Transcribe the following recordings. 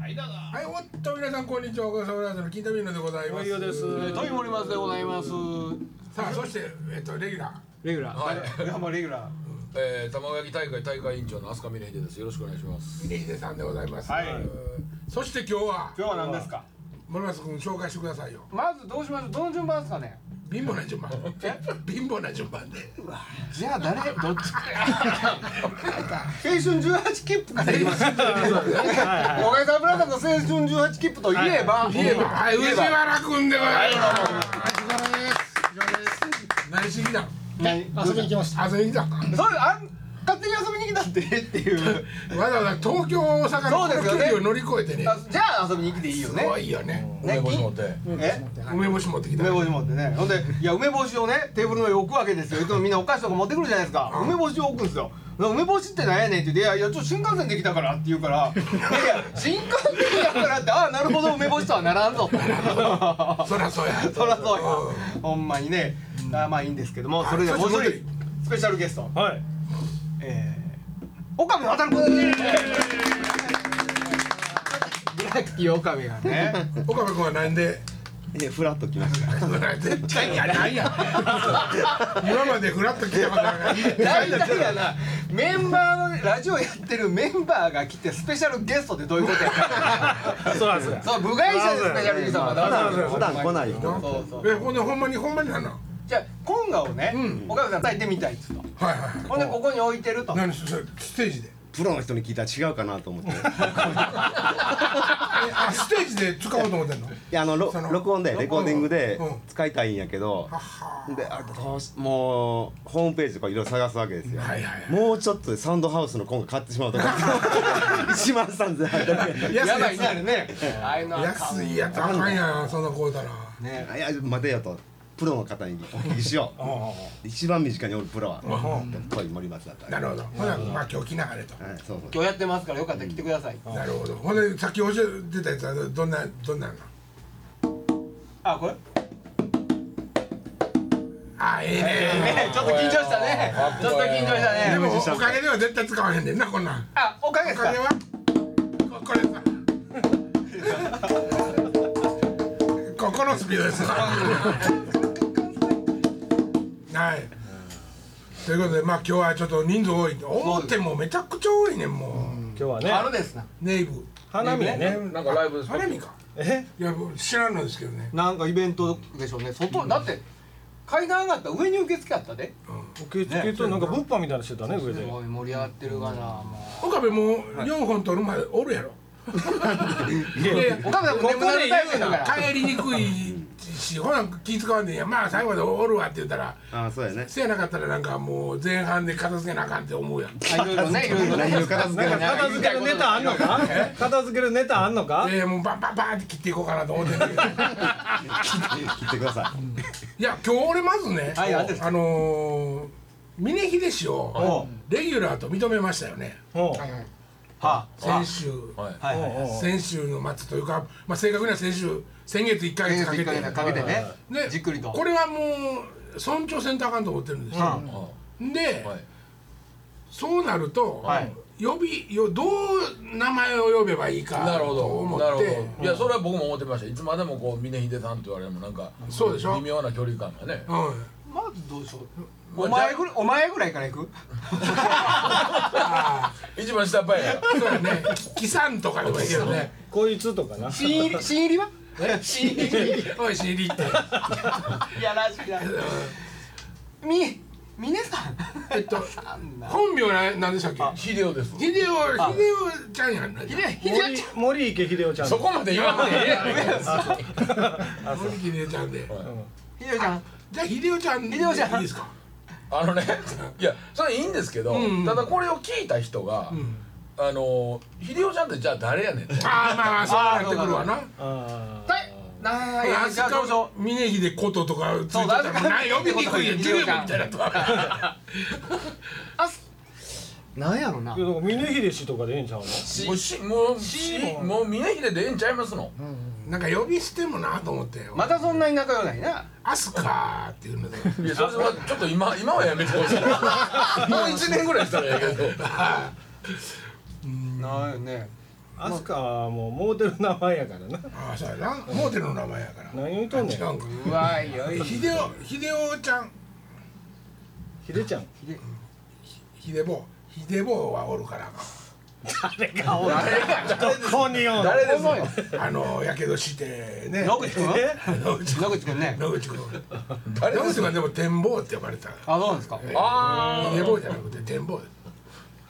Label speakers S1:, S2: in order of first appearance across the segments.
S1: はい、おっと、皆さん、こんにちは。岡村ラジオの金田美濃でございます。
S2: トイモリマスでございます。
S1: さあ、そして、えっと、レギュラ
S2: レギュラー。
S3: はい
S2: ガンマレギュラ
S3: えー、玉焼き大会大会委員長の飛鳥美玲です。よろしくお願いします。
S1: ー、リーゼさんでございます。
S2: はい
S1: そして、今日は
S2: ー。、今日は何ですか。
S1: 森松君、紹介してくださいよ。
S2: まずどうしましょう。どの順番ですかね。
S1: 貧乏な順番。 貧乏な順番で。
S2: じゃあ誰どっちか。青春十八切符からいきます。はいはいはい。おかげさブラザーの青春十八切符といえば。
S1: 言えば、はい、藤原君でございます。何しに来た
S2: 何
S4: 遊びに来ました。
S1: の。遊びに来たの。
S2: それあん勝手に遊びに来たってっていう。
S1: わざわざ東京、大阪の
S2: そうです
S1: 距
S2: よね
S1: 離を乗り越えてね。
S2: あじゃあ遊びに来ていいよ
S1: す
S2: ね。
S1: ごいよね。
S2: ね
S3: って。
S2: え
S1: 梅干し持ってきた
S2: 梅。干し持ってねほんでいや梅干しをねテーブルの上に置くわけですよいつもみんなお菓子とか持ってくるじゃないですか梅干しを置くんですよ梅干しってなんやねんって言って「いやいやちょっと新幹線できたから」って言うから「いやいや新幹線だから」って「ああなるほど梅干しとはならんぞ」
S1: そりゃそうや。
S2: そらそうやほんまにねあまあいいんですけどもそれではもう一
S1: はいそして
S2: 人スペシャルゲスト
S5: はい。
S2: えー、岡部渡る君 ブラッキー岡部がね
S1: 岡部君はなんで。
S4: え、フラッと来ました。
S1: 絶対にやないやん今までフラッと来たことない
S2: 大体やなメンバーのラジオやってるメンバーが来てスペシャルゲストってどういうことやか
S5: そうなんですよ。
S2: そう部外者ですねやる人は
S4: 普段普段来ない人。
S2: そうそう
S1: えほんでほんまにほんまになんのは
S2: じゃあ今後をね、
S1: うん
S2: 岡部さん炊いてみたいっつうと
S1: いはいはい
S2: ほんでここに置いてると
S1: 何それステージで
S4: プロの人に聞いたら違うかなと思って。い
S1: えあステージで使おうと思ってんの
S4: や、あの、ろ
S1: その
S4: 録音で、レコーディングで
S1: うん
S4: 使いたいんやけど。で、あどうしもう、ホームページとかいろいろ探すわけですよ。
S1: はいはい
S4: もうちょっとでサウンドハウスの今回買ってしまうとか。一万三千八百円。
S1: 安
S2: や
S1: いや
S2: ばいなるねああいうの
S1: つ
S2: はあかん
S1: 安いやつあかんやんそんなこうたらは
S2: ね
S4: いや、待てよと。プロの方にお聞きしよう。一番身近におるプロは。という森松だった。
S1: なる
S4: は
S1: ほどほなまあ今日来なはれと
S4: い、そうそう。
S2: 今日やってますからよかったら来てください、
S1: なるほどほんでさっき教えてたやつはどんなどんなんの
S2: あこれ
S1: あええね
S2: ねちょっと緊張したねちょっと緊張した
S1: で
S2: ね
S1: もおかげでは絶対使わへんねんなこんなん
S2: あおかげ
S1: お
S2: です
S1: か
S2: か
S1: げはここれさここのスピードですわはいということでまあ今日はちょっと人数多い多くてもうめちゃくちゃ多いねんも
S5: 今日は
S2: あの
S5: ね。
S2: ですな
S1: うネイブ
S5: 花見ね。
S3: なんかライブです
S1: 花見か
S5: え？
S1: いや僕知らんのですけどね
S2: なんかイベントでしょうね外、だって階段上がったら上に受付あったで
S5: 受付となんか物販みたいなのしてたね上
S2: す
S5: で。
S2: ごい盛り上がってるがなも
S1: 岡部もう4本取るまでおるやろ いやいや
S2: う岡部さんも眠なるタイプだから
S1: 帰りにくいしほな気使わんでいいやまあ最後までおるわって言ったら
S4: あ、そうや ね。
S1: せやなかったらなんかもう前半で片付けなあかんって思うやん
S2: あいろいろねいろいろね
S4: 何を片付け
S5: なん
S4: る
S5: か片付けるネタあんのか？片付けるネタあんのか？
S1: えー、もうバンバンバンって切っていこうかなと思ってん だけど
S4: 切ってください。
S1: いや今日俺まずね、
S2: はい何ですか
S1: あのー、峰秀氏を
S5: お
S1: レギュラーと認めましたよね
S5: おう。
S2: は
S1: 先週
S3: はい。
S2: あはいはい
S5: おうおう
S1: 先週の末というか、まあ、正確には先週先月1か月かけて
S2: かけてかけてね
S1: で
S2: じっくりと
S1: これはもう尊重せんとあかんと思ってるんですよ、
S3: あ
S1: で、
S3: はい。
S1: そうなると、
S2: はい
S1: 呼びよどう名前を呼べばいいか
S3: なるほ
S1: と思
S3: ど。なる
S1: っ
S3: ほ
S1: て
S3: ど。いや、それは僕も思ってました。いつまでもこう、峰秀さんって言われても、なんか。
S1: そうでしょ
S3: 微妙な距離感がね。
S1: うん
S2: まずどうしようお前ぐらいお前ぐらいから行く
S3: 一番下っ端やか
S1: そうやねきキさんとかでもいいけどね
S5: こいつとかな。
S2: 新入り新入りは新入り
S1: おい新入りって
S2: いやらしいなみ峰さん
S1: えっと
S2: あんな
S1: 本名ななんでしたっけ
S3: ら。秀夫です。
S1: 秀夫秀夫ちゃんやんな
S2: ひ
S1: 秀
S2: でひで
S5: 森
S2: ち
S5: 森池秀夫ちゃ ん。
S3: そこまで言わないでええやん。
S1: 夫秀夫ちゃんで
S2: ゃんひでちゃん
S1: じゃあ秀夫ちゃんでい
S2: 秀夫ちゃん
S1: いですか
S3: あのね。いや、それいいんですけど、ただこれを聞いた人が。あの、秀夫ちゃんって、じゃあ、誰やねんって。
S1: ああまあまあそうなってくるわな
S5: あ
S2: はいなあい
S1: あ
S2: やじゃあどうしよう
S1: 峰秀こととかついてたら
S2: そう
S1: な呼びにくいやん秀
S2: 秀
S1: 夫
S2: 夫
S1: み
S2: ちゃん
S1: たいなとは
S2: あすなんやろな
S5: あ。いやだから峰秀氏とかでええんちゃうの？
S3: もうし、もう、し、もう、峰秀でええんちゃいますの。
S1: なんか呼び捨てもなと思って
S2: またそんなに仲良ないな
S1: アスカーっていうので
S3: いや、それは、ちょっと、今、今はやめてほしい。も う一年ぐらいしたら、やけど。
S2: なんやね
S5: アスカはもうモーテル名前やからな
S1: ああそうやなモーテルの名前やから
S5: 何を言うとんね
S1: 違
S5: ん
S1: うんか
S2: うわい よい
S1: 秀夫秀夫ちゃん
S5: ひでちゃん
S1: 秀坊秀坊はおるから
S5: 誰がおるどこにおる
S2: 誰ですよ
S1: あのやけどしてね
S2: 野口くん
S5: え
S1: 野口
S2: 野口くんね
S1: 野口君
S3: 誰
S1: 野
S3: です
S1: 口はでも展望って呼ばれた
S2: あそうなんですか
S3: あ
S1: 秀坊じゃなくて展望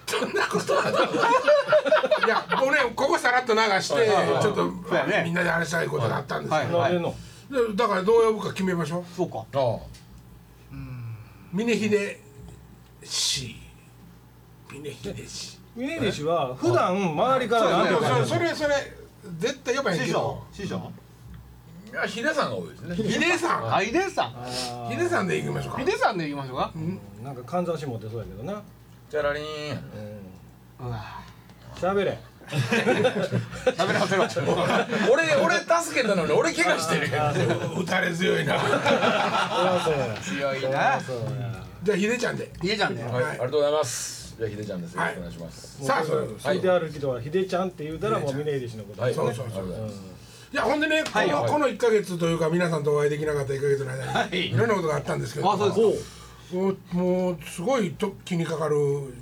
S1: そんなことはないいやもうねここさらっと流してちょっと
S2: そうやね
S1: みんなで話したいことがあったんです
S2: はい
S1: け
S5: 誰の
S1: どでだからどう呼ぶか決めましょう
S2: そうか
S3: ああ
S1: 峰秀氏峰秀氏
S5: 峰岸は普段周りから何
S1: で
S5: と
S1: も
S5: か
S1: そ
S5: 言
S1: れ
S5: う
S1: それそれ絶対呼ばへん
S2: 師
S1: け
S2: 匠
S1: ど
S2: 師匠
S3: いやヒデさんが多いですね
S1: ヒデさん
S2: あヒデさん
S5: あ
S1: ヒデさんでいきましょうか
S2: ヒデさんでいきましょうか
S5: ーなんかかんざし持ってそうやけどな
S3: チャラリーン
S2: うわ
S5: 喋れ
S2: 喋らせろ
S3: 俺俺助けたのに俺怪我してるやん
S1: 打たれ強いな
S2: 強いな
S5: そうや
S1: じゃあヒデちゃんで
S2: ヒデちゃんね
S3: はいありがとうございますじゃあヒデちゃんですよろしくお願いします
S1: さあそれ
S5: 聞いてある人はひでちゃんって言うたらもう峰岸のこと
S3: はい
S1: そうそうそう
S3: ありがとございます
S1: いやほんでね、
S2: い
S1: この
S3: はい
S1: この1か月というか皆さんとお会いできなかった1か月の間に、
S2: はい
S1: い、ろんなことがあったんですけど
S2: あそうですか
S1: もうもうすごいと気にかかる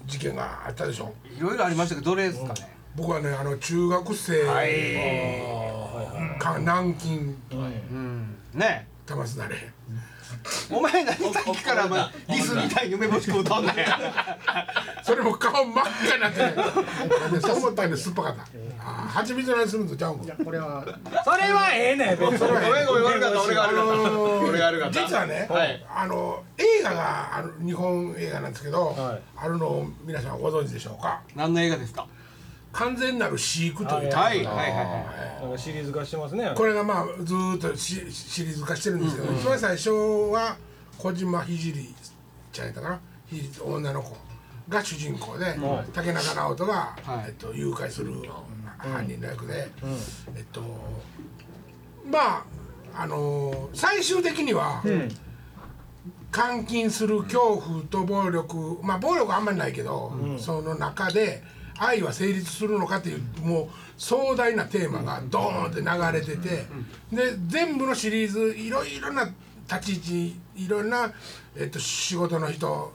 S1: 事件があったでしょ
S2: いろいろありましたけどどれですかね
S1: 僕はねあの中学生が、か軟禁
S2: うんね
S1: 玉すだれ
S2: お前何さっきからお前リスみたいに梅干し食うとんねん
S1: それも顔真っ赤になってね そう思ったんで酸っぱかったあー蜂蜜の味するんとちゃうんか
S6: これは
S5: それはええねん別
S1: それ
S5: に
S1: は
S2: ごめんごめん悪かった俺が
S1: あ
S2: 悪かった
S1: のー
S2: 俺が悪かった
S1: 実はね、
S2: はい
S1: あの映画がある日本映画なんですけど、
S5: はい
S1: あるのを皆さんご存知でしょうか
S2: 何の映画ですか
S1: 完全なる飼育という、
S2: はいはいはいはい
S5: なんかシリーズ化してますね
S1: これがまあずーっとシシリーズ化してるんですけど、一番最初は小島聖ちゃんやったかな聖女の子が主人公で、竹中直人が、
S2: はい
S1: えっと、誘拐する犯人の役で、えっとまああのー最終的には、監禁する恐怖と暴力まあ暴力はあんまりないけど、その中で愛は成立するのかっていうもう壮大なテーマがドーンって流れてて、で全部のシリーズいろいろな立ち位置いろんな、えっと、仕事の人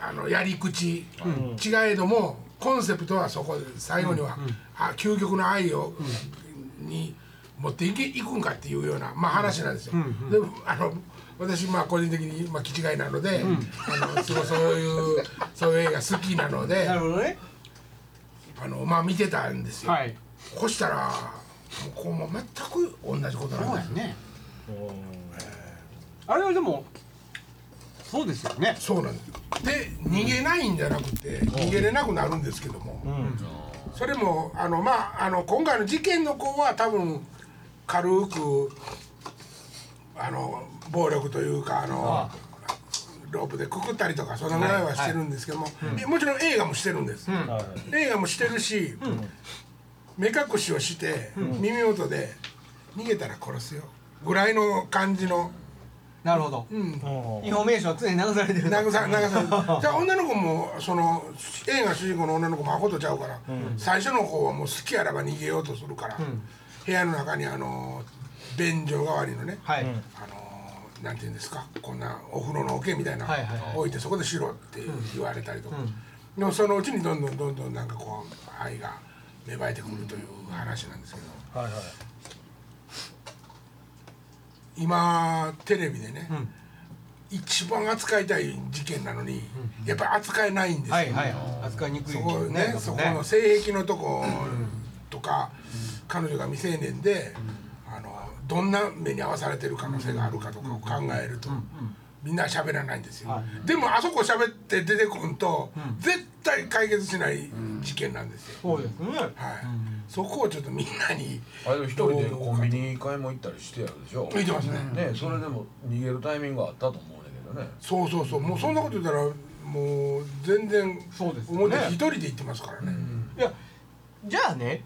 S1: あのやり口、違えどもコンセプトはそこで最後には、あ究極の愛を、に持っていけいくんかっていうような、まあ、話なんですよ。であの私まあ個人的にまあ気違いなので、あのすごいそういうそういう映画好きなので
S2: なるほどね
S1: あのまあ見てたんですよ。
S2: はい
S1: こうしたらもうこうもう全く同じことなん
S2: そう
S1: だよ
S2: です。ねあれはでもそうですよね
S1: そうなんですよで逃げないんじゃなくて逃げれなくなるんですけども、それもあのまああの今回の事件の子は多分軽くあの暴力というかあのロープでくくったりとかそのぐらいはしてるんですけども、えもちろん映画もしてるんです、映画もしてるし、目隠しをして、耳元で「逃げたら殺すよ」ぐらいの感じの。
S2: なるほど
S1: うん
S5: うん
S2: インフォメーションは常に流されてる
S1: 慰 さじゃあ女の子もその映画主人公の女の子もアホとちゃうから、最初の方はもう好きあらば逃げようとするから、部屋の中にあの便所代わりのね、
S2: はい
S1: あのなんていうんですかこんなお風呂の桶みたいな、
S2: はいはいはい
S1: 置いてそこでしろって言われたりとか、でもそのうちにどんどんどんどんなんかこう愛が芽生えてくるという話なんですけど
S5: はいはい
S1: 今テレビでね、一番扱いたい事件なのに、やっぱり扱えないんですよ、
S2: はいはい扱いにくい
S1: そこねそこの性癖のとことか、彼女が未成年で、あのどんな目に遭わされてる可能性があるかとかを考えると、みんな喋らないんですよ、でもあそこ喋って出てこんと、絶対解決しない事件なんですよ、
S2: そうですね
S1: はい、そこをちょっとみんなに
S3: あれでも一人でコンビニ買い物行ったりしてやるでしょ
S1: 見てますね、
S3: ねそれでも逃げるタイミングがあったと思うんだけどね
S1: そうそうそうもうそんなこと言ったらもう全然
S2: そうですよね
S1: 表一人で行ってますからね、
S2: いやじゃあね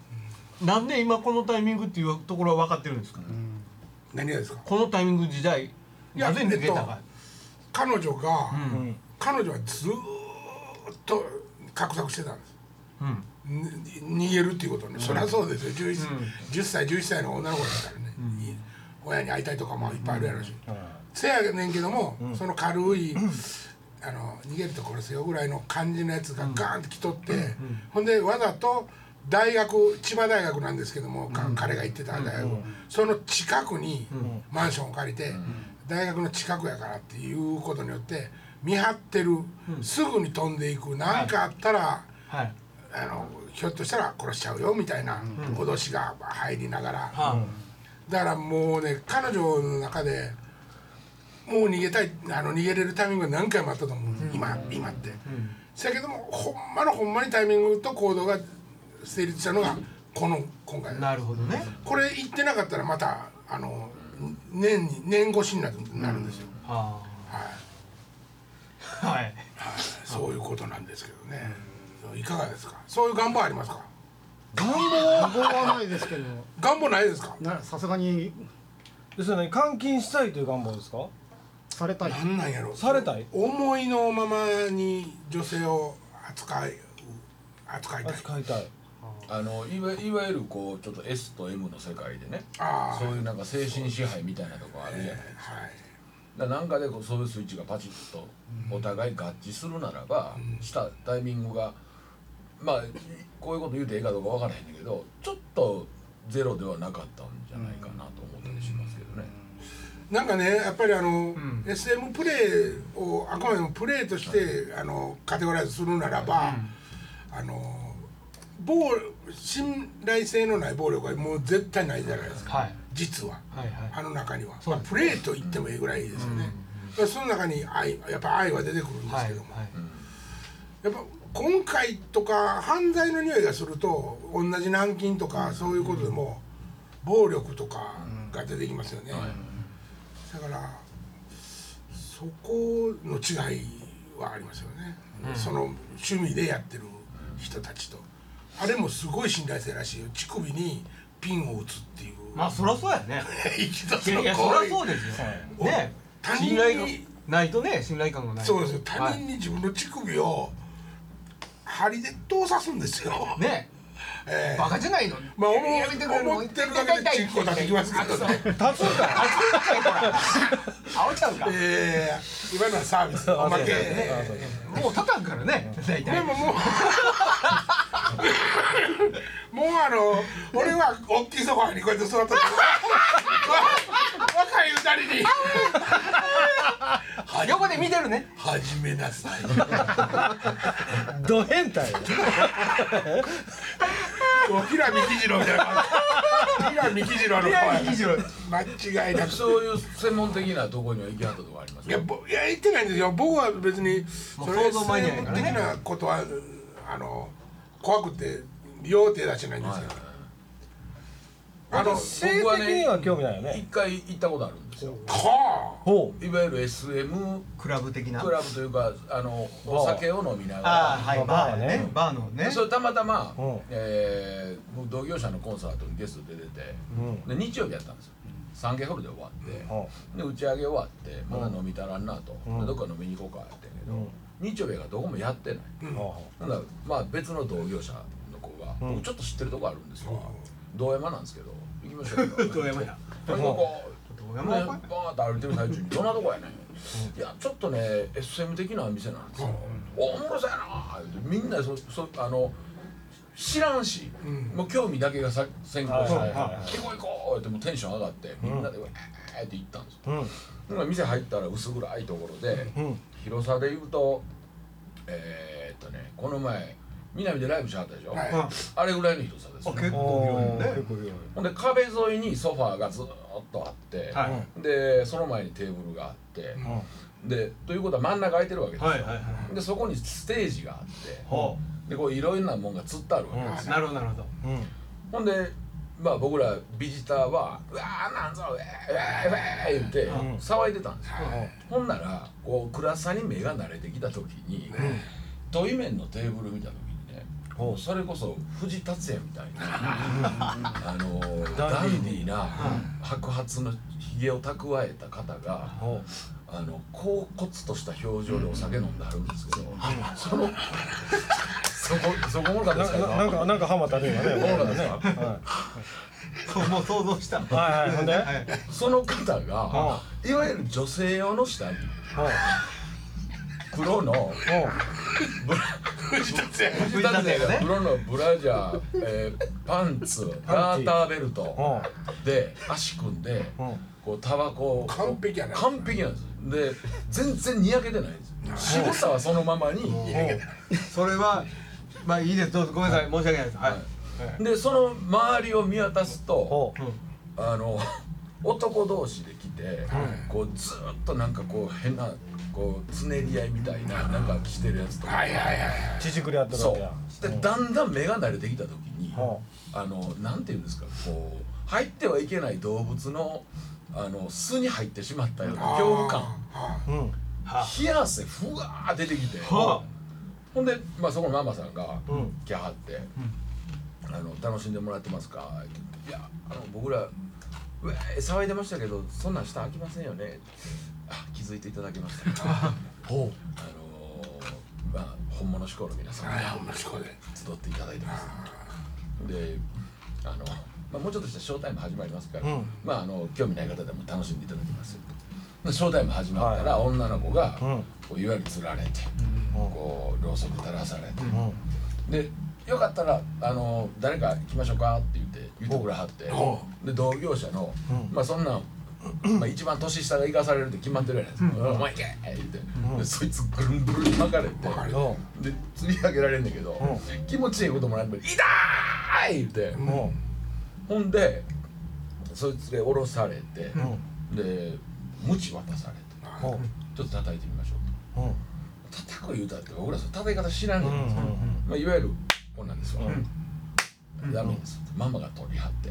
S2: なんで今このタイミングっていうところは分かってるんですかね
S1: 何がですか
S2: このタイミング時代なぜ逃げたか
S1: 彼女が、
S5: ん
S1: 彼女はずーっと画策してたんですに逃げるっていうことね、そりゃそうですよ 10,、10歳11歳の女の子だったらね、い親に会いたいとかもいっぱいあるやろし、せやねんけども、その軽い、あの逃げると殺すよぐらいの感じのやつがガーンって来とって、ほんでわざと大学千葉大学なんですけども、か彼が行ってた大学、その近くにマンションを借りて、大学の近くやからっていうことによって見張ってる、すぐに飛んでいく何かあったら、
S5: はい
S1: あのひょっとしたら殺しちゃうよみたいな脅しが入りながら、
S5: あ
S1: だからもうね彼女の中でもう逃げたいあの逃げれるタイミングが何回もあったと思う、今今って。せやけどもほんまのほんまにタイミングと行動が成立したのがこの今回
S2: なるほどね
S1: これ言ってなかったらまたあの年に年越しになるなるんですよ、
S2: は
S1: はい、
S2: あはい
S1: そういうことなんですけどね、いかがですかそういう願望ありますか
S6: 願望はないですけど
S1: 願望ないですか
S6: なさすがに
S5: ですよね監禁したいという願望ですか
S6: されたい
S1: なんなんやろ
S5: されたい
S1: 思いのままに女性を扱い扱いたい
S5: 扱いたい
S3: あのいわいわゆるこうちょっと S と M の世界でね
S1: ああ
S3: そういうなんか精神支配みたいなとこあるじゃないですか
S1: はい
S3: だからなんかでこうそういうスイッチがパチッとお互い合致するならば、したタイミングがまあこういうこと言うてええかどうかわからへんねんけどちょっとゼロではなかったんじゃないかなと思ったりしますけどね。
S1: なんかねやっぱりあの、SM プレーをあくまでもプレーとして、あのカテゴライズするならば、あの暴信頼性のない暴力はもう絶対ないじゃないですか、
S2: はい
S1: 実は。
S2: はいはい
S1: あの中には、
S2: そう
S1: まあ
S2: です
S1: プレーと言ってもいいぐらいですよね、まあその中に愛やっぱ愛は出てくるんです
S2: は
S1: け
S2: い
S1: ども、やっぱ今回とか犯罪の匂いがすると同じ軟禁とかそういうことでも暴力とかが出てきますよね、だからそこの違いはありますよね、その趣味でやってる人たちとあれもすごい信頼性らしいよ乳首にピンを打つっていう、
S2: まあそりゃそうやね
S1: 一つ
S2: い
S1: の
S2: やいやそ
S1: 行
S2: り
S1: 為
S2: ゃそうですよね
S1: 他人に
S2: 信頼がないとね信頼感がない
S1: そうですよ他
S2: は
S1: 人
S2: い
S1: に自分の乳首を針で通さすんですよ、
S2: ね
S1: ええ
S2: バカじゃないの
S1: まあ思
S2: やめてくれ
S1: 思ってるだけでチンコ立ってきますけどね
S5: 立つんか
S2: 青ちゃうか
S1: ええ今のはサービ スおまけね
S2: もう立たんからね大
S1: で
S2: 体
S1: ももうもうあの俺は大きいソファーにこうやって座ったらわ若い二人に
S2: 横で見てるね
S1: 始めなさい
S5: ド変態
S1: もう平見喜次郎みたいな感じ平見喜次郎の声
S2: 以上
S1: 間違いなく
S3: そういう専門的なところには行きはったところあります
S1: いや
S3: よ。
S1: ぼいや言ってないんですよ僕は別にそ
S2: もう
S1: れ
S2: 想像前にやからね
S1: 的なことはあの怖くて両手出してないんですよ、あの
S5: 性的には興味ないよ
S3: 一
S5: ね
S3: 回行ったことあるんですよ。
S1: は
S5: ほ
S3: いわゆる SM
S2: クラブ的な
S3: クラブというかあのお酒を飲みな
S2: あ
S3: が
S2: あ
S3: ら。
S2: はい
S5: バ
S2: バー
S5: ーね
S2: ねバーのね
S3: それたまたま、
S5: うん
S3: えー僕同業者のコンサートにゲストで出てて、
S5: う
S3: で日曜日やったんですよサンゲホールで終わって、
S5: うほ
S3: で打ち上げ終わってまだ飲み足らんなと、
S5: ん
S3: でどっか飲みに行こうかってんけど、
S5: うん
S3: 日曜日がどこもやってない、
S5: うほ
S3: なんだまあ別の同業者の子が、
S5: ん
S3: 僕ちょっと知ってるとこあるんですよ、道山なんですけど行きましょうよ
S2: 道山や
S3: どこ
S2: 道山
S3: ね、バ
S2: や
S3: ーッと歩いてる最中にどんなとこやねんいやちょっとね SM 的な店なんですよ、おおもろそうやな言うてみんなそそあの知らんし、もう興味だけがさ先行して、
S5: はいはいはい
S3: 行こう行こうってもうテンション上がってみんなで「うえーって行ったんですよ
S5: ううん
S3: 今店入ったら薄暗いところで、
S5: うん
S3: 広さで言うとえー、っとねこの前南でライブしはったでしょ、
S1: はい
S3: あれぐらいの広さですよ、
S2: 結
S5: おー結構広い
S3: ほんで壁沿いにソファーがずーっとあって、
S2: は
S3: でその前にテーブルがあって、でということは真ん中空いてるわけですよ、
S2: はいはいはい
S3: でそこにステージがあって
S2: ほ
S3: でこういろいろなもんが釣ってあるわけです
S2: う
S3: よ、
S2: なるほどなるほど
S5: うん
S3: ほんでまあ僕らビジターは「うわーなんぞうえーうえーうえー」言って騒いでたんですよ、ほんならこう暗さに目が慣れてきた時に、トイメンのテーブル見た時にねもうそれこそ藤達也みたいなあのダンディーな白髪のひげを蓄えた方が
S5: ほ
S3: あの恍惚とした表情でお酒飲んであるんですけど、そのそこそこおもろかったですか
S5: ななんかなんかハマったね今ね。
S3: おもろかったですか
S5: は
S2: そうもう想像した
S5: いはいはいほんで。はい
S2: い
S3: その方がいわゆる女性用の下着黒の
S1: 藤田先生
S2: 藤田先生がね
S3: 黒のブラジャー、えーパンツガーターベルトで足組んでこうタバコを
S1: 完璧やね
S3: 完璧なんですで全然にやけてないんです渋さはそのままに
S2: それはまあいいですどうぞごめんなさい申し訳ないですはい
S3: でその周りを見渡すと
S5: お
S3: あの男同士で来てこうずーっとなんかこう変なこうつねり合いみたいななんか着てるやつとか
S1: はいはいはい
S5: 縮くり合ってるわ
S3: そ
S5: けや。
S3: うでだんだん目が慣れてきた時に
S5: は
S3: あのなんていうんですかこう入ってはいけない動物のあの巣に入ってしまったような恐怖感
S5: うん。
S3: 冷や汗ふわー出てきて
S2: は
S3: ほんで、まあ、そこのママさんが
S5: うん
S3: 来はって、あの「楽しんでもらってますか?」って言っていやあの僕ら「うえー騒いでましたけどそんなん下開きませんよね」あ気づいていただけましたほうあのーまあ本物志向の皆さん
S1: はい
S3: が
S1: ほんまにそうで
S3: 集っていただいてますであの、まあ、もうちょっとしたショータイム始まりますから、
S5: うん
S3: まああの興味ない方でも楽しんでいただけますよでショータイム始まったら、女の子が、
S5: うん
S3: こういわゆるつられて、こうろうそく垂らされて、
S5: うん。
S3: でよかったらあの誰か行きましょうかって言って言ってくれはってで同業者の、まあそんなんまあ一番年下が生かされるって決まってるやないですか「お前行け!」って言って、でそいつぐるんぐるん巻かれて、で釣り上げられんだけど、気持ちいいこともないのに「痛い!」言って、
S5: も
S3: ほんでそいつで降ろされて、
S5: う
S3: で鞭渡され
S5: う。
S3: て
S5: おう。
S3: 「ちょっと叩いてみましょう」と。
S5: うん。
S3: 叩く言うたって僕らその叩き方知ら
S5: う
S3: んねん
S5: ん。
S3: まあ、いわゆるこんなんですわ、ダメです、ママが取り張って、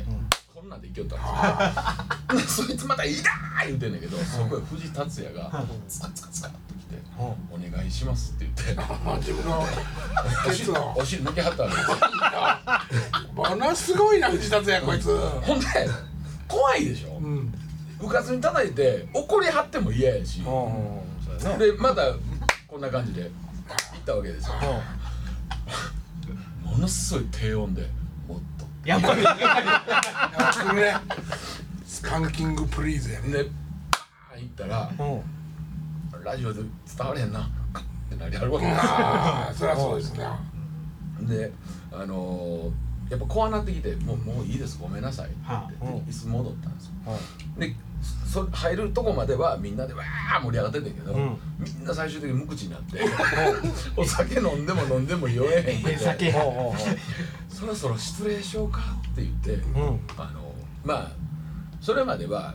S3: こんなんでいきよったんですよ そいつまた「いだ!」言うてんねんけどそこへ藤達也がツカツカツカってきて「お願いします」って言って
S1: まあ自分の
S3: お
S1: ケツ
S3: 尻
S1: を
S3: お尻抜けはったんですよ
S1: ものすごいな藤田やこいつ
S3: ほんで怖いでしょ、うかずに叩いて怒り張っても嫌やし、
S5: うん。そうやな。
S3: でまたこんな感じで行ったわけですよ、ものすごい低温でもっと
S2: やっぱり
S1: それねスカンキングプリーズやね
S3: でパーン行ったら
S5: うん。
S3: ラジオで伝われへんなカッってなりあるわけ
S1: ああそりゃそうですね
S3: ですであのーやっぱ怖なってきて「もうもういいですごめんなさい」って言ってで椅子戻ったんですよでそ入るとこまではみんなでわー盛り上がってんだけど、
S5: ん
S3: みんな最終的に無口になって お酒飲んでも飲んでも酔えへんけど
S2: 酒
S5: おうおうおう。
S3: そろそろ失礼しようかって言って、
S5: ん
S3: あのまあそれまでは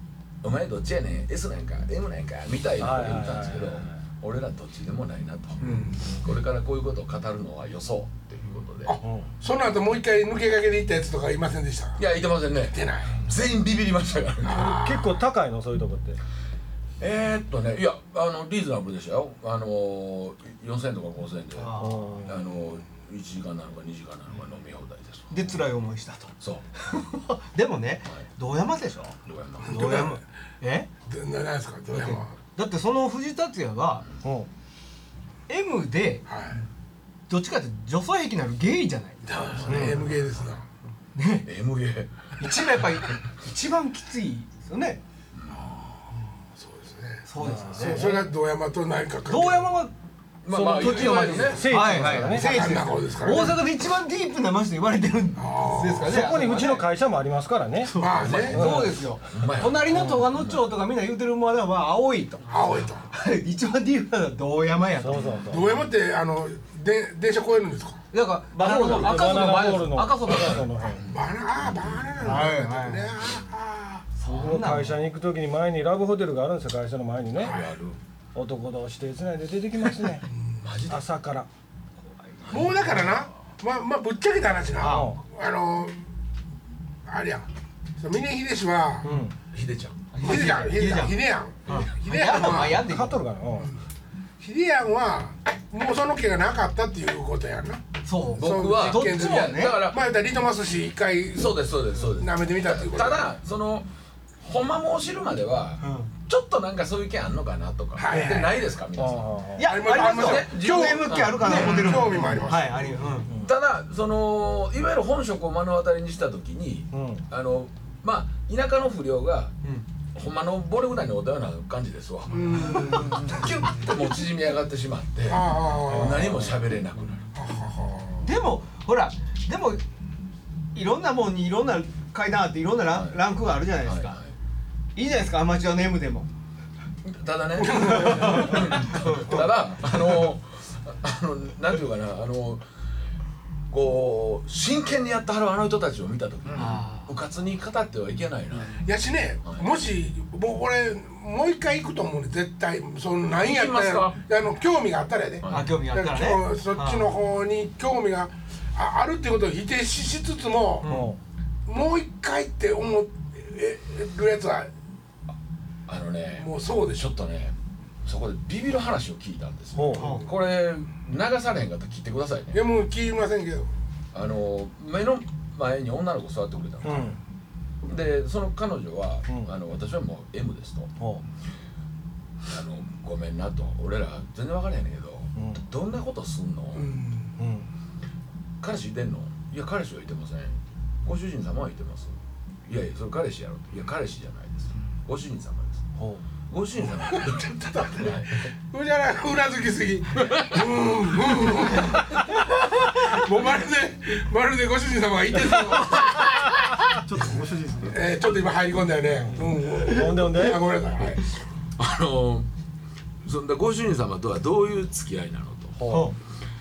S3: 「お前どっちやねん S なんか M なんか」みたいなこと言ってたんですけど
S5: はいはいはいはい
S3: 俺らどっちでもないなと、これからこういうことを語るのはよそうということで
S1: その後もう一回抜けかけで行ったやつとかいませんでした
S3: いやいてませんね
S1: 出ない
S3: 全員ビビりましたからね
S5: 結構高いのそういうとこって。
S3: えーっとねいやあのリーズナブルでしたよあの4000とか5000であ
S5: うん。
S3: の1時間なのか2時間なのか飲み放題です
S2: で辛い思いしたと
S3: そう
S2: でもね堂山でしょ
S3: どうやんの
S2: 堂山え
S1: でななんですかどれも
S2: だってその藤達也が
S5: うん
S2: M で
S1: はい
S2: どっちかっていうと女装癖のあるゲイじゃない
S1: そうですね M ゲーですな
S3: M ゲー
S2: 一番やっぱり一番きついですよね
S1: そうですね
S2: そうです
S1: そ
S2: よね
S1: それが堂山と何か
S2: 堂山は
S3: まあ
S2: そ
S3: まあ
S2: の時の前にね
S3: いわゆるね
S5: 聖地
S2: 聖地で
S5: ですからね
S2: す
S1: な方ですか
S2: 大
S1: らね
S2: 阪で一番ディープな街と言われてるんですからね
S5: そこにうちの会社もありますからね。
S1: まあね
S2: そうですよ
S3: ほんまや
S2: 隣の戸賀野町とかみんな言うてるまでは青いと
S1: 青いと
S2: 一番ディープなのは堂山やと
S5: そうそうそう。
S1: 堂山ってあので電車越えるんですか
S2: だか
S5: バナ
S2: ら
S5: ナボール
S2: 赤楚の前です赤楚の
S5: バナナ
S2: 前
S5: ボールの方。
S1: バナナバナナ
S2: はい
S1: の
S2: はい
S1: ねあ
S5: 僕の会社に行くときに前にラブホテルがあるんですよ会社の前にね
S3: やる
S5: 男同士手つないで出てきますね
S3: マジで
S5: 朝から
S1: ーもうだからなまあまあぶっちゃけた話な
S5: あ
S1: あのあれやんそう峰秀氏は
S3: ヒデちゃん
S1: ヒデやんヒデやんヒデやんヒデや
S2: や
S1: ん
S2: だまあや
S1: は
S2: んでいい
S5: 勝っとるからうん
S1: ヒデやんはもうその気がなかったっていうことやんな
S2: そう
S3: 僕は
S1: そ
S2: ど
S1: う
S2: っ
S1: 実験
S2: ち
S1: 的
S2: も
S1: に
S3: いや
S2: ね
S3: だから
S1: まあ言ったらリトマス氏一回
S3: そうですそうですそうです
S1: 舐めてみたっていうこと
S3: ただそのほんまもを知るまでは、ちちょっとなんかそういう意見あんのかなとか、
S1: はいはい
S3: でないですか皆さん
S2: いやあ
S1: あ
S2: り
S1: りま
S2: ま
S1: すす
S2: よ
S1: ありますよ
S2: 自分の向きあるかな思ってるもん
S1: 興味もあります
S2: はいありうん
S3: ただそのいわゆる本職を目の当たりにした時に、
S5: うん
S3: あのまあ田舎の不良が、
S2: うん
S3: ほんまのボレぐらいにおったような感じですわ キュッともう縮み上がってしまって
S1: あ
S3: 何も喋れなくなる
S2: でもほらでもいろんなもんにいろんな階段あっていろんなラン,、
S3: はい
S2: ランクがあるじゃないですか、、
S3: はい
S2: いじゃないですかアマチュアネームでも
S3: い ただね ただあのあのなんていうかなあのこう真剣にやってはるあの人たちを見た時にうかつに語ってはいけないな
S1: やしねもし僕俺もう一回行くと思うね絶対その何やったら
S3: 行き
S1: あの興味があったらやで、
S3: はい
S2: あ興味あったらね
S1: そうそっちの方に興味がああるってことを否定ししつつも、もう一回って思えるやつは
S3: あのね
S1: もうそうでし
S3: ちょ
S1: ょ
S3: っとねそこでビビる話を聞いたんですよ
S5: ほう
S3: これ流されへんかったら聞いてください
S1: い
S3: ね
S1: やもう聞きませんけど
S3: あの目の前に女の子座ってくれた
S5: う
S3: の、
S5: ん
S3: でその彼女は、
S5: うん
S3: あの私はもう M ですと
S5: ほ
S3: あのごめんなと俺ら全然分からへんねんけど、
S5: うん
S3: どんなことすんの、
S1: うん
S5: ううん
S3: 彼氏いてんのいや彼氏はいてませんご主人様はいてますいやいやそれ彼氏やろいや彼氏じゃないですご主人様です
S5: ほ
S3: ご主人様はい
S1: それじゃないうなずきすぎうーんうーんもうまるでまるでご主人様がいてそう
S6: ちょっとご主人さん
S1: えー、ちょっと今入り込んだよね。
S5: う
S1: う
S5: ほんでほんで
S1: ん。あ、ごめんなさい。はい
S3: あのそんなご主人様とはどういう付き合いなのと
S5: ほ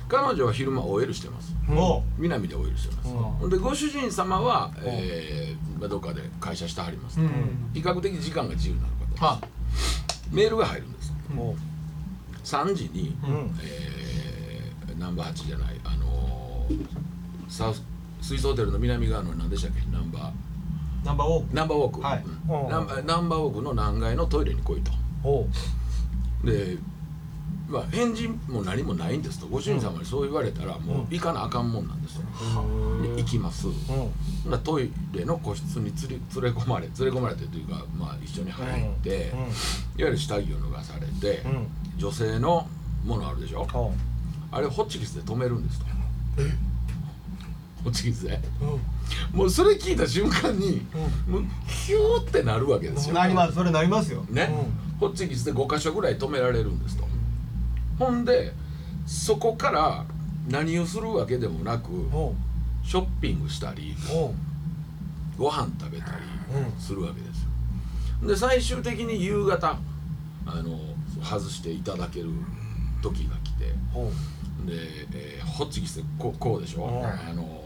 S3: 彼女は昼間 OL してます
S5: うほ
S3: 南で OL してます、
S5: うん
S3: ほんでご主人様は、えーまあ、どっかで会社してはります、比較的時間が自由なのかとメールが入るんです
S5: うほ
S3: 3時に、
S5: ううん
S3: えーナンバー8じゃないあのーサウス水素ホテルの南側の何でしたっけナンバー
S2: ナンバーオー
S3: ナンバーウォーク、
S2: はい
S3: うんナンバーナンバーウォークの何階のトイレに来いと
S5: ほ
S3: で、まあ、返事も何もないんですとご主人様にそう言われたらもう行かなあかんもんなんですよ、で行きます、
S5: ううん
S3: ほなトイレの個室につり連れ込まれ連れ込まれてというか、まあ、一緒に入って、いわゆる下着を脱がされて、
S5: うんうん
S3: 女性のものあるでしょ
S5: ほ
S3: あれホッチキスで止めるんですとホッチキスで、もうそれ聞いた瞬間に、もうヒューってなるわけですよ
S2: なりますそれなりますよ
S3: ね、ホッチキスで5箇所ぐらい止められるんですと、ほんでそこから何をするわけでもなく
S5: うほ
S3: ショッピングしたり
S5: うほ
S3: ご飯食べた
S5: う
S3: りするわけですよで最終的に夕方あの外していただける時が来て
S5: うほう
S3: で、えーホッチキスでこうこうでしょ、
S5: うん
S3: あの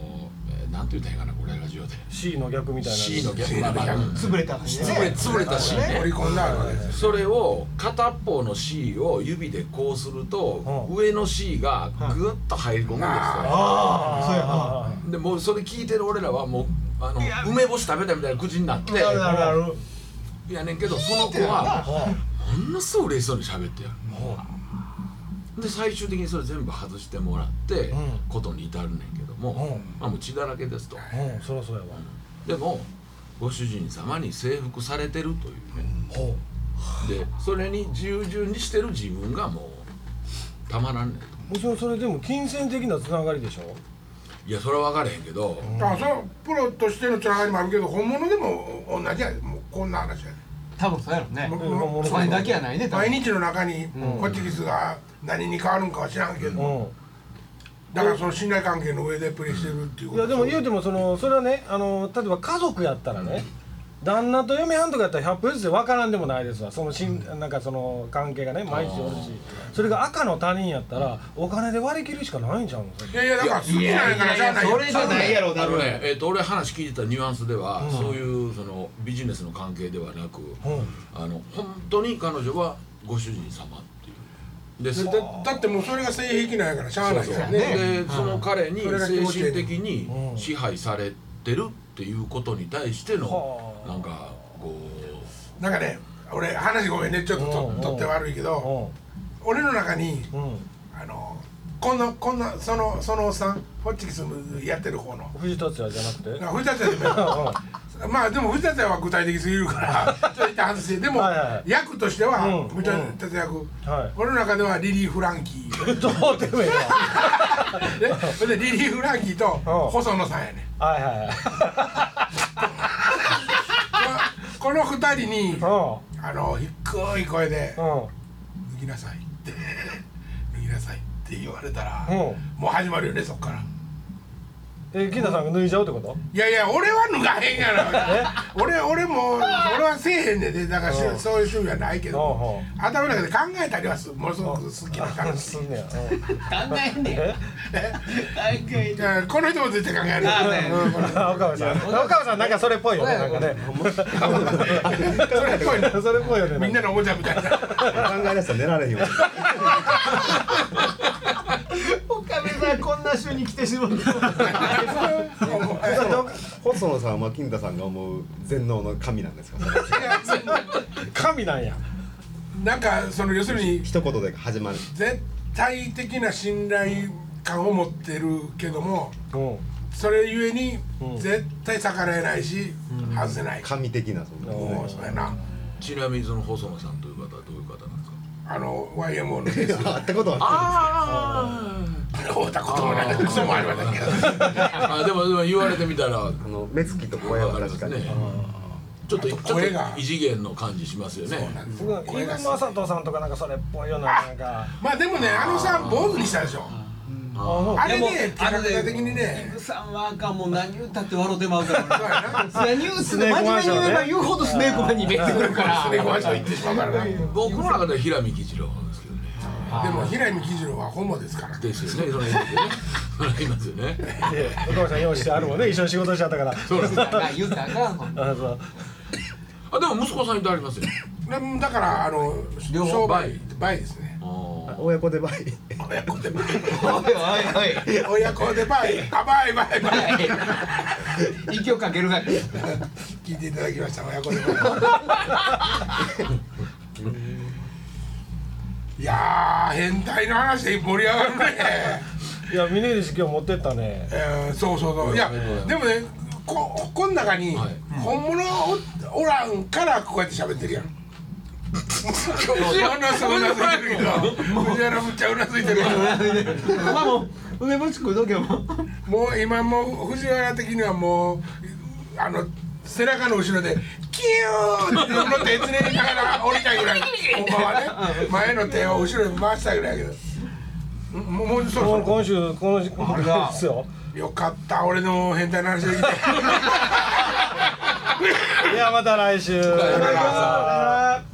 S3: えーなんて言ったらいいかなこれラジオで
S5: C の逆みたいな
S3: C の逆
S1: C の逆
S3: まあまあ
S2: 潰れたし
S3: 潰れ潰れた C ね
S1: 盛り込んだわけです。
S3: それを片方の C を指でこうすると、
S5: う
S3: 上の C がぐっと入り込むんですよ、
S2: ああそうやな
S5: あ
S3: でもうそれ聞いてる俺らはもうあの梅干し食べたみたいな口になって
S2: なる
S5: あなるほ
S3: いやねんけどその子はものすごい嬉しそうに喋ってやるで最終的にそれ全部外してもらって
S5: うん
S3: ことに至るねんけども、
S5: うん
S3: まあ、もう血だらけですと
S5: どうんそりゃそうやわ
S3: でもご主人様に征服されてるというね
S5: ほ
S3: でそれに従順にしてる自分がもうたまらんねんと
S5: うもちろんそれでも金銭的なつながりでしょ
S3: いやそれは分からへんけど
S1: あ、そう、プロとしてのつながりもあるけど、本物でも同じやで、もうこんな話や
S2: 多分そうやろね
S1: で。もう
S5: うん
S1: もう
S5: そう
S2: お前だけやないね多分
S1: 毎日の中に、ホッチキスが何に変わるんかは知らんけ
S5: う
S1: ど、
S5: ん
S1: だからその信頼関係の上でプレイしてるっていう
S5: い
S1: こと。
S5: やでも言うてもそのそれはねあの例えば家族やったらね旦那と嫁はんとかやったら100歩ずつで分からんでもないですわそのしんなんかその関係がね毎日おるしそれが赤の他人やったらお金で割り切るしかないんちゃうのそれ
S1: いやいや、だから好きなんやからしゃあない
S2: そ
S1: よ。
S2: れじゃないやろ
S3: あ
S2: 多
S3: の
S2: 分
S3: ね、えー、と俺話聞いてたニュアンスでは、そういうそのビジネスの関係ではなく、あの本当に彼女はご主人様っていうでそ
S1: だだってもうそれが性癖なんやからしゃあ
S3: そう
S1: ない
S3: そう
S1: よね。
S3: でその彼に
S1: それが気
S3: 精
S1: 持ちいい
S3: 神的に支配されてるっていうことに対しての、
S5: はあ
S3: なんかこ
S1: なんかね、俺話ごめんね、ちょっとととって悪いけど、俺の中に、
S5: うんうん
S1: あのこんなこんなそのそのおっさんホッチキスやってる方の
S5: 藤達也じゃなくて
S1: なんか藤田さんでもまあでも藤田さんは具体的すぎるからちょっと一旦外してでも
S5: はいはい
S1: 役としては
S5: うん
S1: 藤田達役
S5: はい
S1: 俺の中ではリリー・フランキー
S5: どうでもいいわ
S1: ねそれでリリー・フランキーと
S5: うん
S1: 細野さんやね
S5: はいはい
S1: この二人に
S5: は
S1: あの低い声で
S5: いうんうん
S1: 「脱ぎなさい」って「脱ぎなさい」って言われたら
S5: うん
S1: もう始まるよねそっから。
S5: え金田さんが脱いじゃうってこと
S1: いやいや俺は脱がへんやろ俺俺も俺はせえへんねんでだからし
S5: うん
S1: そういう趣味はないけど
S5: う
S1: 頭の中で考えたりはすものすごく好きな感じ
S5: すんねやうん
S7: えんねや。大会
S1: いやこの人も絶対考える
S7: あね
S1: うんこの人
S5: あ岡部さん岡部さんなんかそれっぽいよねなんかね
S1: それっぽいな
S5: それっぽいよね
S1: みんなのおもちゃみ たいな
S4: 考え出したら寝られへんよ
S7: 岡部さんこんな週に来てしまう。
S4: 細野さんは金田さんが思う全能の神なんですかそれ
S5: 神なんや
S1: なんかその要するに
S4: 一言で始まる
S1: 絶対的な信頼感を持ってるけども
S5: うん
S1: それゆえに
S5: うん
S1: 絶対逆らえないし外せない
S4: 神的なその
S1: もうそうやな
S3: ちなみにその細野さんという方はどういう方なんですか
S1: あの YMO のベース
S4: あったことは
S1: 会うたこともないクソもありませんけど
S3: あでもでも言われてみたらわ
S4: あの目つきと声は
S3: かりま
S4: 確
S3: す
S4: かに、
S3: ねちょっとちょっと
S1: 声が
S3: 異次元の感じしますよね
S5: すごい
S1: 声
S5: 飯
S1: が
S5: 田
S1: す
S5: 雅人さんとかなんかそれっぽいようななんか
S1: まあでもねあのさん坊主にしたでしょ
S5: あ
S1: あれねキ
S7: あ
S1: ャラ
S7: の
S1: クター的にね
S7: さんはあかんもう何言ったって笑うてまうから
S1: そ うやな
S7: 俺。ニュースで真面目に言えば言うほどスネークマンに見えてくるから
S1: そ。れご飯行ってしまうからなで
S3: 僕の中では平見吉郎ですけどね
S1: も平見喜次郎はホモですから
S3: ですよねその辺でねそれいますよね
S5: で岡部さん用意してあるもんね一緒に仕事しちゃったから
S3: そうなんです
S7: だから言うたらあかんもん。
S5: あそう
S3: あでも息子さんいてありますよ
S1: でだからあの
S3: 両方
S1: 商売倍ですね
S3: あ
S4: 親子でバイ
S1: 親子で倍
S7: おいおい
S1: 親子で倍あ倍倍倍
S7: おい。息をかけるが。
S1: 聞いていただきました親子で倍いやー変態の話で盛り上がるね
S5: いや峰岸今日持ってったね
S1: えーそうそうそういやでもねここん中に
S3: はい
S1: 本物おおらんからこうやって喋ってるやん藤原さんうなずいてるけど藤原むっちゃうなずいてるやん
S7: まあもう梅干し食うとけよもう。
S1: もう今もう藤原的にはもうあの背中の後ろでキューって自分の手つねりながら降りたいぐらいほんまは ね前の手を後ろに回したいぐらいやけどんもうもうそろ
S5: こ
S1: そ
S5: の
S1: ろ
S5: 今週この時間ですよ
S1: よかった俺の変態の話できて。
S5: いやまた来週
S3: りがとうございました
S5: さよなら